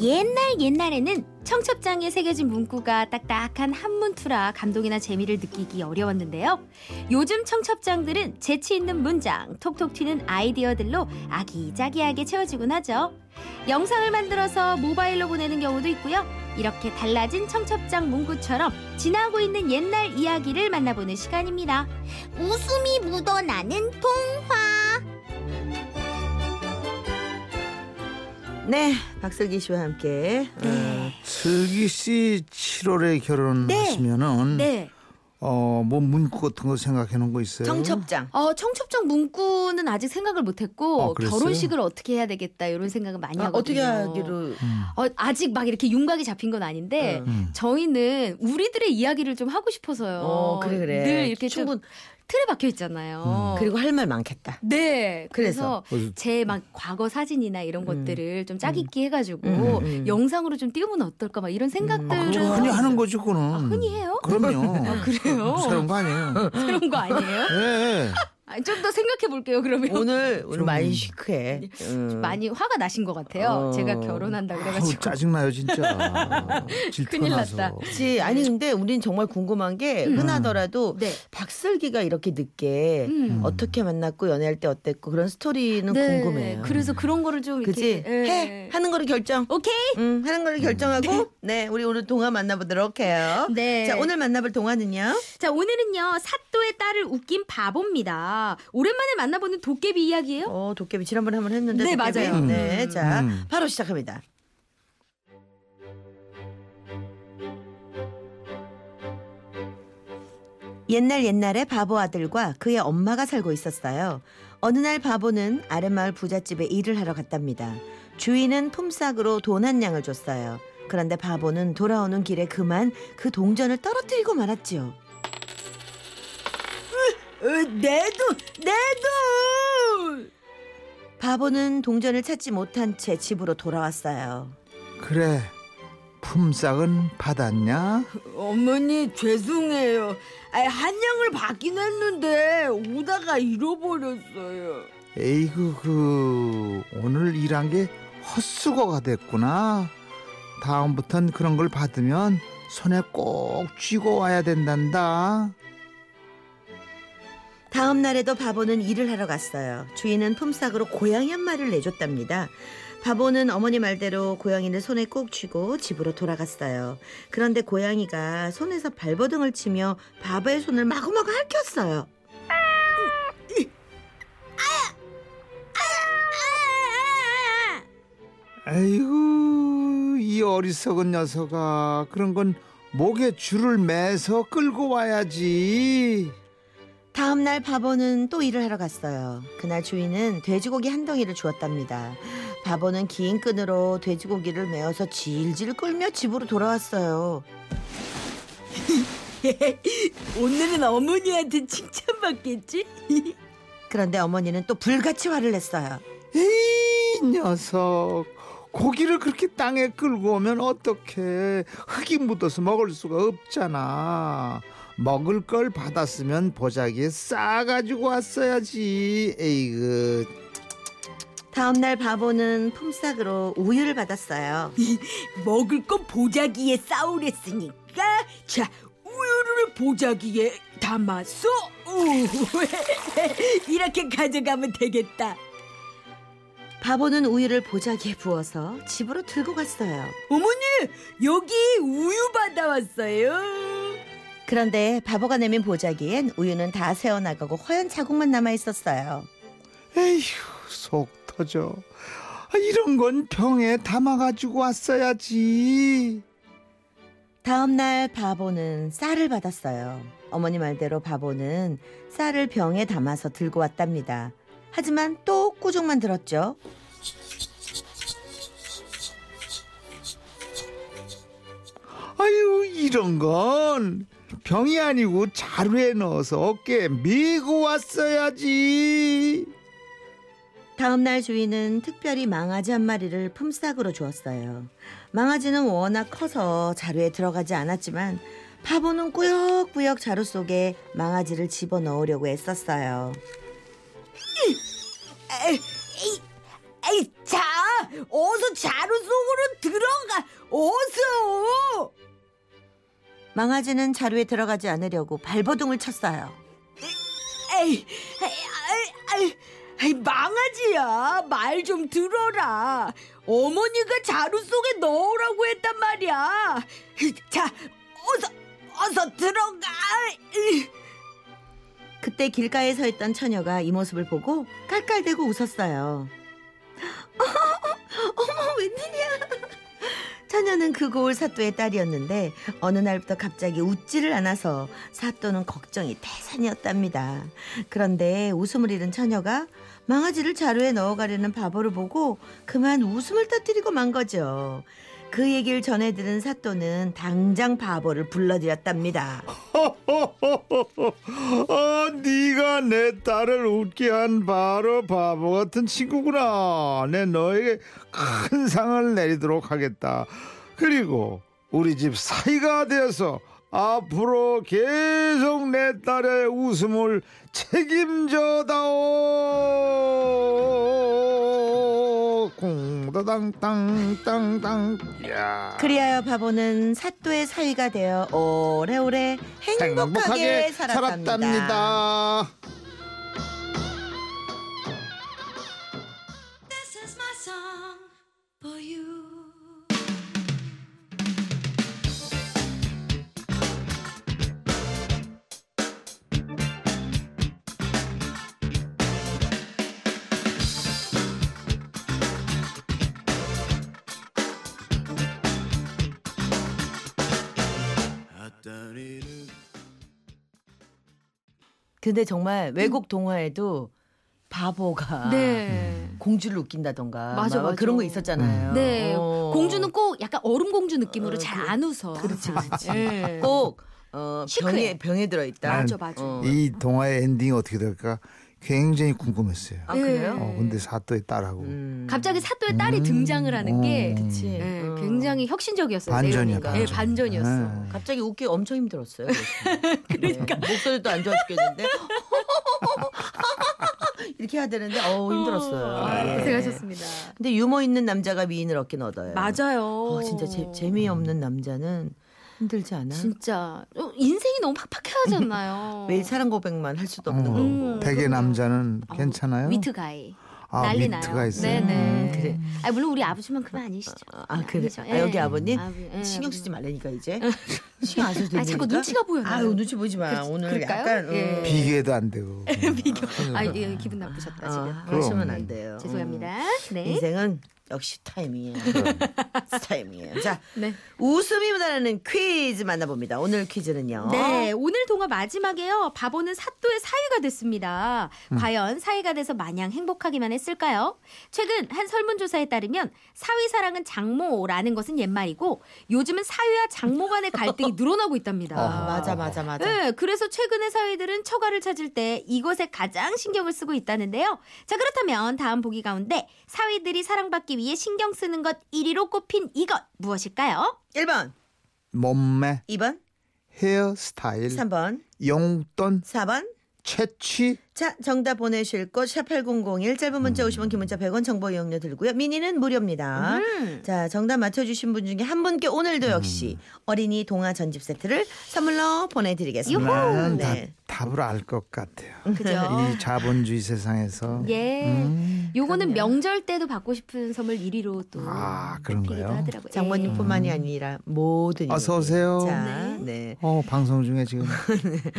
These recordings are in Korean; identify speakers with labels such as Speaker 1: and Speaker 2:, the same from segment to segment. Speaker 1: 옛날 옛날에는 청첩장에 새겨진 문구가 딱딱한 한문투라 감동이나 재미를 느끼기 어려웠는데요. 요즘 청첩장들은 재치 있는 문장, 톡톡 튀는 아이디어들로 아기자기하게 채워지곤 하죠. 영상을 만들어서 모바일로 보내는 경우도 있고요. 이렇게 달라진 청첩장 문구처럼 지나고 있는 옛날 이야기를 만나보는 시간입니다.
Speaker 2: 웃음이 묻어나는 통화.
Speaker 3: 네, 박슬기 씨와 함께
Speaker 1: 네.
Speaker 4: 슬기 씨 7월에 결혼하시면은
Speaker 1: 네.
Speaker 4: 어뭐 문구 같은 거 생각해 놓은 거 있어요?
Speaker 3: 청첩장.
Speaker 1: 어, 청첩장 문구는 아직 생각을 못했고
Speaker 4: 아, 그랬어요?
Speaker 1: 결혼식을 어떻게 해야 되겠다 이런 생각은 많이
Speaker 3: 아,
Speaker 1: 하거든요.
Speaker 3: 어떻게 하기로?
Speaker 4: 음.
Speaker 1: 어, 아직 막 이렇게 윤곽이 잡힌 건 아닌데
Speaker 3: 어.
Speaker 4: 음.
Speaker 1: 저희는 우리들의 이야기를 좀 하고 싶어서요.
Speaker 3: 어, 그래 그래.
Speaker 1: 늘 이렇게 어. 좀
Speaker 3: 충분.
Speaker 1: 틀에 박혀
Speaker 4: 음.
Speaker 1: 있잖아요.
Speaker 3: 그리고 할 말 많겠다.
Speaker 1: 네, 그래서,
Speaker 3: 그래서.
Speaker 4: 그래서-
Speaker 1: 제 막 과거 사진이나 이런
Speaker 3: 음.
Speaker 1: 것들을 좀 짝있기 해가지고
Speaker 3: 음, 음.
Speaker 1: 영상으로 좀 띄우면 어떨까 막 이런 생각들을
Speaker 4: 음. 그거 뭐 흔히 하는 거지 그거는.
Speaker 1: 아, 흔히 해요?
Speaker 4: 그럼요.
Speaker 1: 아, 그래요?
Speaker 4: 새로운 거 아니에요.
Speaker 1: 새로운 거 아니에요?
Speaker 4: 예, 예.
Speaker 1: 좀 더 생각해 볼게요. 그러면
Speaker 3: 오늘 오늘
Speaker 4: 좀-
Speaker 3: 많이 시크해. 음.
Speaker 1: 많이 화가 나신 것 같아요.
Speaker 3: 어.
Speaker 1: 제가 결혼한다
Speaker 4: 아우,
Speaker 1: 그래가지고
Speaker 4: 짜증나요 진짜. 질투가
Speaker 1: 큰일
Speaker 4: 나서.
Speaker 1: 났다.
Speaker 3: 그렇지. 아니 근데 우린 정말 궁금한 게 흔하더라도
Speaker 1: 네.
Speaker 3: 박슬기가 이렇게 늦게
Speaker 1: 음.
Speaker 3: 어떻게 만났고 연애할 때 어땠고 그런 스토리는
Speaker 1: 네,
Speaker 3: 궁금해요.
Speaker 1: 그래서 그런 거를 좀
Speaker 3: 그지?
Speaker 1: 이렇게
Speaker 3: 해
Speaker 1: 예.
Speaker 3: 하는 거를 결정.
Speaker 1: 오케이.
Speaker 3: 음, 하는 거를 결정하고 네. 우리 오늘 동화 만나보도록 해요.
Speaker 1: 네.
Speaker 3: 자, 오늘 만나볼 동화는요.
Speaker 1: 자 오늘은요 사또의 딸을 웃긴 바보입니다. 오랜만에 만나보는 도깨비 이야기예요.
Speaker 3: 어, 도깨비 지난번에 한번 했는데
Speaker 1: 네,
Speaker 3: 도깨비.
Speaker 1: 맞아요.
Speaker 3: 네.
Speaker 1: 음.
Speaker 3: 자,
Speaker 4: 음.
Speaker 3: 바로 시작합니다. 옛날 옛날에 바보 아들과 그의 엄마가 살고 있었어요. 어느 날 바보는 아랫마을 부잣집에 일을 하러 갔답니다. 주인은 품삯으로 돈 한 양을 줬어요. 그런데 바보는 돌아오는 길에 그만 그 동전을 떨어뜨리고 말았지요.
Speaker 1: 네.
Speaker 3: 내 돈! 내 돈! 바보는 동전을 찾지 못한 채 집으로 돌아왔어요.
Speaker 4: 그래. 품삯은 받았냐?
Speaker 5: 어머니 죄송해요. 아, 한양을 받긴 했는데 오다가 잃어버렸어요.
Speaker 4: 에이그 그 오늘 일한 게 헛수고가 됐구나. 다음부턴 그런 걸 받으면 손에 꼭 쥐고 와야 된단다.
Speaker 3: 다음 날에도 바보는 일을 하러 갔어요. 주인은 품삯으로 고양이 한 마리를 내줬답니다. 바보는 어머니 말대로 고양이를 손에 꼭 쥐고 집으로 돌아갔어요. 그런데 고양이가 손에서 발버둥을 치며 바보의 손을 마구마구 핥혔어요.
Speaker 4: 아이고 이 어리석은 녀석아 그런 건 목에 줄을 매서 끌고 와야지.
Speaker 3: 다음 날 바보는 또 일을 하러 갔어요. 그날 주인은 돼지고기 한 덩이를 주었답니다. 바보는 긴 끈으로 돼지고기를 메어서 질질 끌며 집으로 돌아왔어요.
Speaker 5: 오늘은 어머니한테 칭찬받겠지?
Speaker 3: 그런데 어머니는 또 불같이 화를 냈어요.
Speaker 4: 에이 녀석 고기를 그렇게 땅에 끌고 오면 어떡해 흙이 묻어서 먹을 수가 없잖아 먹을 걸 받았으면 보자기에 싸가지고 왔어야지 에이그
Speaker 3: 다음 날 바보는 품삯으로 우유를 받았어요.
Speaker 5: 먹을 건 보자기에 싸우랬으니까 자 우유를 보자기에 담았어. 우 이렇게 가져가면 되겠다.
Speaker 3: 바보는 우유를 보자기에 부어서 집으로 들고 갔어요.
Speaker 5: 어머니 여기 우유 받아왔어요.
Speaker 3: 그런데 바보가 내민 보자기엔 우유는 다 새어나가고 허연 자국만 남아 있었어요.
Speaker 4: 에휴 속 터져 아, 이런 건 병에 담아가지고 왔어야지
Speaker 3: 다음 날 바보는 쌀을 받았어요. 어머니 말대로 바보는 쌀을 병에 담아서 들고 왔답니다. 하지만 또 꾸중만 들었죠.
Speaker 4: 아유 이런 건 병이 아니고 자루에 넣어서 어깨에 메고 왔어야지
Speaker 3: 다음 날 주인은 특별히 망아지 한 마리를 품삯으로 주었어요. 망아지는 워낙 커서 자루에 들어가지 않았지만 바보는 꾸역꾸역 자루 속에 망아지를 집어 넣으려고 애썼어요.
Speaker 5: 아이, 아이, 자, 어서 자루 속으로 들어가. 어서.
Speaker 3: 망아지는 자루에 들어가지 않으려고 발버둥을 쳤어요.
Speaker 5: 에이, 에이, 아이, 아이, 아이, 망아지야. 말 좀 들어라. 어머니가 자루 속에 넣으라고 했단 말이야. 자, 어서, 어서 들어가. 으이.
Speaker 3: 그때 길가에 서 있던 처녀가 이 모습을 보고 깔깔대고 웃었어요. 어, 어머, 웬일이야. 처녀는 그 고을 사또의 딸이었는데 어느 날부터 갑자기 웃지를 않아서 사또는 걱정이 태산이었답니다. 그런데 웃음을 잃은 처녀가 망아지를 자루에 넣어가려는 바보를 보고 그만 웃음을 터뜨리고 만 거죠. 그 얘기를 전해 들은 사또는 당장 바보를 불러들였답니다.
Speaker 4: 아, 네가 내 딸을 웃게 한 바로 바보 같은 친구구나. 내 너에게 큰 상을 내리도록 하겠다. 그리고 우리 집 사이가 되어서 앞으로 계속 내 딸의 웃음을 책임져다오. 공다당 땅땅땅. 야.
Speaker 3: 그리하여 바보는 사또의 사위가 되어 오래오래 행복하게, 살았답니다.
Speaker 4: 살았답니다.
Speaker 3: 근데 정말 외국 동화에도 바보가
Speaker 1: 네.
Speaker 3: 공주를 웃긴다던가
Speaker 1: 맞아,
Speaker 3: 막
Speaker 1: 맞아.
Speaker 3: 그런 거 있었잖아요.
Speaker 1: 네.
Speaker 3: 어.
Speaker 1: 공주는 꼭 약간 얼음 공주 느낌으로
Speaker 3: 어,
Speaker 1: 잘
Speaker 3: 그-
Speaker 1: 안 웃어.
Speaker 3: 그렇지, 그렇지.
Speaker 1: 예.
Speaker 3: 꼭 어,
Speaker 1: 시크해.
Speaker 3: 병에 병에 들어 있다.
Speaker 1: 맞아, 맞아. 네.
Speaker 4: 이 동화의 엔딩이 어떻게 될까 굉장히 궁금했어요.
Speaker 3: 아 그래요?
Speaker 1: 예.
Speaker 4: 어, 근데 사또의 딸하고
Speaker 3: 음.
Speaker 1: 갑자기 사또의 딸이
Speaker 4: 음.
Speaker 1: 등장을 하는 게
Speaker 4: 음.
Speaker 3: 그치.
Speaker 1: 예,
Speaker 3: 어.
Speaker 1: 굉장히 혁신적이었어요.
Speaker 4: 반전이야.
Speaker 1: 내용이. 예, 반전이었어.
Speaker 4: 예.
Speaker 3: 갑자기 웃기 엄청 힘들었어요. 그러니까 목소리도 안 좋아 죽겠는데 이렇게 해야 되는데 어우 힘들었어요.
Speaker 1: 아,
Speaker 3: 네.
Speaker 1: 고생하셨습니다.
Speaker 3: 근데 유머 있는 남자가 미인을 얻긴 얻어요.
Speaker 1: 맞아요.
Speaker 3: 어, 진짜 재, 재미없는 남자는 힘들지 않아?
Speaker 1: 진짜 어, 인생이 너무 팍팍해하잖아요.
Speaker 3: 매일 사랑 고백만 할 수도 없는 거고.
Speaker 4: 어,
Speaker 1: 음.
Speaker 4: 대개 남자는
Speaker 1: 어,
Speaker 4: 괜찮아요.
Speaker 1: 위트 가이.
Speaker 4: 아,
Speaker 1: 난리
Speaker 4: 위트가
Speaker 1: 나요.
Speaker 4: 있어요.
Speaker 1: 네네.
Speaker 3: 음, 그래.
Speaker 1: 아 물론 우리 아버지만큼은 아니시죠.
Speaker 3: 아 그래.
Speaker 1: 아니죠.
Speaker 3: 아, 여기
Speaker 1: 예.
Speaker 3: 아버님
Speaker 1: 아버- 예, 아버님.
Speaker 3: 신경
Speaker 1: 음.
Speaker 3: 쓰지 말라니까 이제 신경 안 써도 되니까.
Speaker 1: 아 자꾸 눈치가 보여. 나는.
Speaker 3: 아유 눈치 보지 마. 오늘
Speaker 1: 그럴까요?
Speaker 3: 약간 음.
Speaker 1: 예.
Speaker 4: 비교해도 안 되고.
Speaker 1: 비교. 아
Speaker 4: 큰일
Speaker 1: 예,
Speaker 4: 나.
Speaker 1: 기분 나쁘셨다 지금.
Speaker 3: 아, 하시면
Speaker 4: 그럼.
Speaker 3: 안 돼요. 음.
Speaker 1: 죄송합니다. 네.
Speaker 3: 인생은 역시 타이밍이에요. 타이밍이에요. 자,
Speaker 1: 네.
Speaker 3: 웃음이 묻어나는 퀴즈 만나봅니다. 오늘 퀴즈는요.
Speaker 1: 네, 오늘 동화 마지막에요. 바보는 사또의 사위가 됐습니다.
Speaker 3: 음.
Speaker 1: 과연 사위가 돼서 마냥 행복하기만 했을까요? 최근 한 설문조사에 따르면 사위 사랑은 장모라는 것은 옛말이고 요즘은 사위와 장모 간의 갈등이 늘어나고 있답니다.
Speaker 3: 아, 맞아, 맞아, 맞아.
Speaker 1: 네, 그래서 최근의 사위들은 처가를 찾을 때 이것에 가장 신경을 쓰고 있다는데요. 자, 그렇다면 다음 보기 가운데 사위들이 사랑받기 위해 신경 쓰는 것 1위로 꼽힌 이것 무엇일까요?
Speaker 3: 1번,
Speaker 4: 몸매,
Speaker 3: 2번,
Speaker 4: 헤어스타일,
Speaker 3: 3번,
Speaker 4: 용돈,
Speaker 3: 4번.
Speaker 4: 채취.
Speaker 3: 자, 정답 보내실 곳, 샵8001, 짧은 문자 50원, 긴 문자 100원, 정보 이용료 들고요. 미니는 무료입니다.
Speaker 1: 음.
Speaker 3: 자, 정답 맞춰주신 분 중에 한 분께 오늘도 역시 어린이 동화 전집 세트를 선물로 보내드리겠습니다.
Speaker 4: 나는
Speaker 1: 음,
Speaker 4: 다-
Speaker 3: 네.
Speaker 4: 답을 알 것 같아요.
Speaker 3: 예.
Speaker 1: 그죠?
Speaker 4: 이 자본주의 세상에서.
Speaker 1: 음. 어. 예.
Speaker 4: 음.
Speaker 1: 요거는 명절 때도 받고 싶은 선물 1위로 또
Speaker 4: 아,
Speaker 1: 드리기도
Speaker 4: 그런가요?
Speaker 1: 하더라고요. 예.
Speaker 3: 장모님뿐만이 음. 아니라 모든
Speaker 4: 어서
Speaker 3: 이웃.
Speaker 4: 오세요.
Speaker 3: 자, 네.
Speaker 4: 어, 방송 중에 지금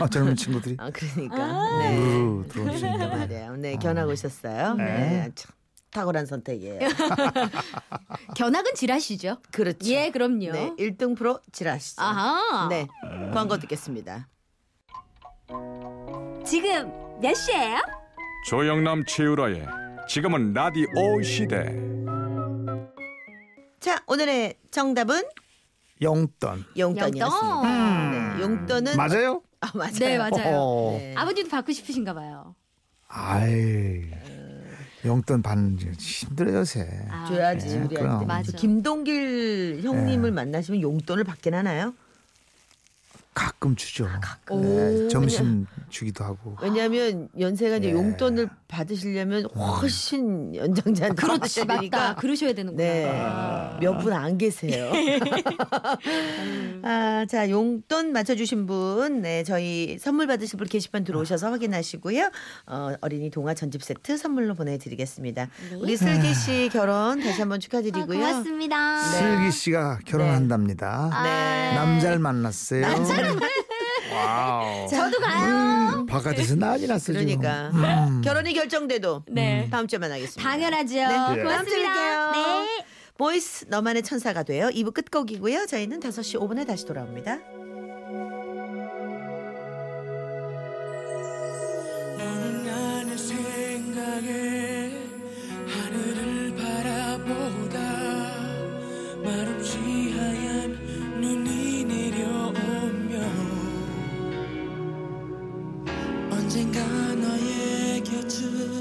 Speaker 4: 어, 젊은 친구들이
Speaker 3: 아, 그러니까. 네.
Speaker 4: 우르르
Speaker 3: 그러니까
Speaker 4: 들어오신다.
Speaker 3: 말이에요. 네, 견하고 오셨어요. 네. 참 탁월한 선택이에요.
Speaker 1: 예. 견학은 지라시죠?
Speaker 3: 그렇죠.
Speaker 1: 예, 그럼요.
Speaker 3: 네, 1등 프로 지라시죠.
Speaker 1: 아하.
Speaker 3: 네, 광고 듣겠습니다.
Speaker 1: 지금 몇 시예요?
Speaker 6: 조영남 최유라의 지금은 라디오 시대
Speaker 3: 자, 오늘의 정답은
Speaker 4: 용돈.
Speaker 3: 용돈이었습니다.
Speaker 1: 용돈.
Speaker 3: 네, 용돈은
Speaker 4: 음. 맞아요?
Speaker 3: 아, 맞아요.
Speaker 1: 네, 맞아요.
Speaker 4: 어허.
Speaker 3: 네.
Speaker 1: 아버님도 받고 싶으신가 봐요.
Speaker 4: 아이 용돈 받는 게 힘들어요 요새.
Speaker 1: 아,
Speaker 3: 줘야지
Speaker 4: 네, 그럼. 네.
Speaker 3: 우리한테.
Speaker 1: 맞아.
Speaker 3: 그 김동길 형님을 만나시면 용돈을 받긴 하나요? 아,
Speaker 4: 가끔 주죠. 네, 점심 주기도 하고.
Speaker 3: 왜냐하면 연세가 이제
Speaker 4: 예.
Speaker 3: 용돈을 받으시려면 훨씬 연장자한테
Speaker 1: 그렇지
Speaker 3: 받아야
Speaker 1: 맞다
Speaker 3: 되니까.
Speaker 1: 그러셔야 되는구나.
Speaker 3: 네.
Speaker 1: 아.
Speaker 3: 몇 분 안 계세요. 아, 자, 용돈 맞춰주신 분, 네, 저희 선물 받으실 분 게시판 들어오셔서 확인하시고요. 어, 어린이 동화 전집 세트 선물로 보내드리겠습니다. 우리 슬기 씨 결혼 다시 한번
Speaker 2: 네. 아,
Speaker 3: 축하드리고요.
Speaker 2: 고맙습니다.
Speaker 4: 슬기 씨가
Speaker 1: 아,
Speaker 4: 결혼한답니다.
Speaker 3: 네.
Speaker 4: 남자를 만났어요. 와우.
Speaker 2: 저도 가요.
Speaker 4: 음, 바깥에서 난리 났어 지금.
Speaker 3: 그러니까.
Speaker 4: 음.
Speaker 3: 결혼이 결정돼도
Speaker 1: 네.
Speaker 3: 다음 주에 만나겠습니다.
Speaker 1: 당연하죠.
Speaker 3: 네. 다음 주에
Speaker 1: 고맙습니다.
Speaker 3: 뵐게요.
Speaker 1: 네.
Speaker 3: 보이스 너만의 천사가 돼요. 2부 끝곡이고요. 저희는 5시 5분에 다시 돌아옵니다.
Speaker 7: 너는 나는 생각에 하늘을 바라보다 말없이 하얀 눈이 내려오며 언젠가 너의 곁을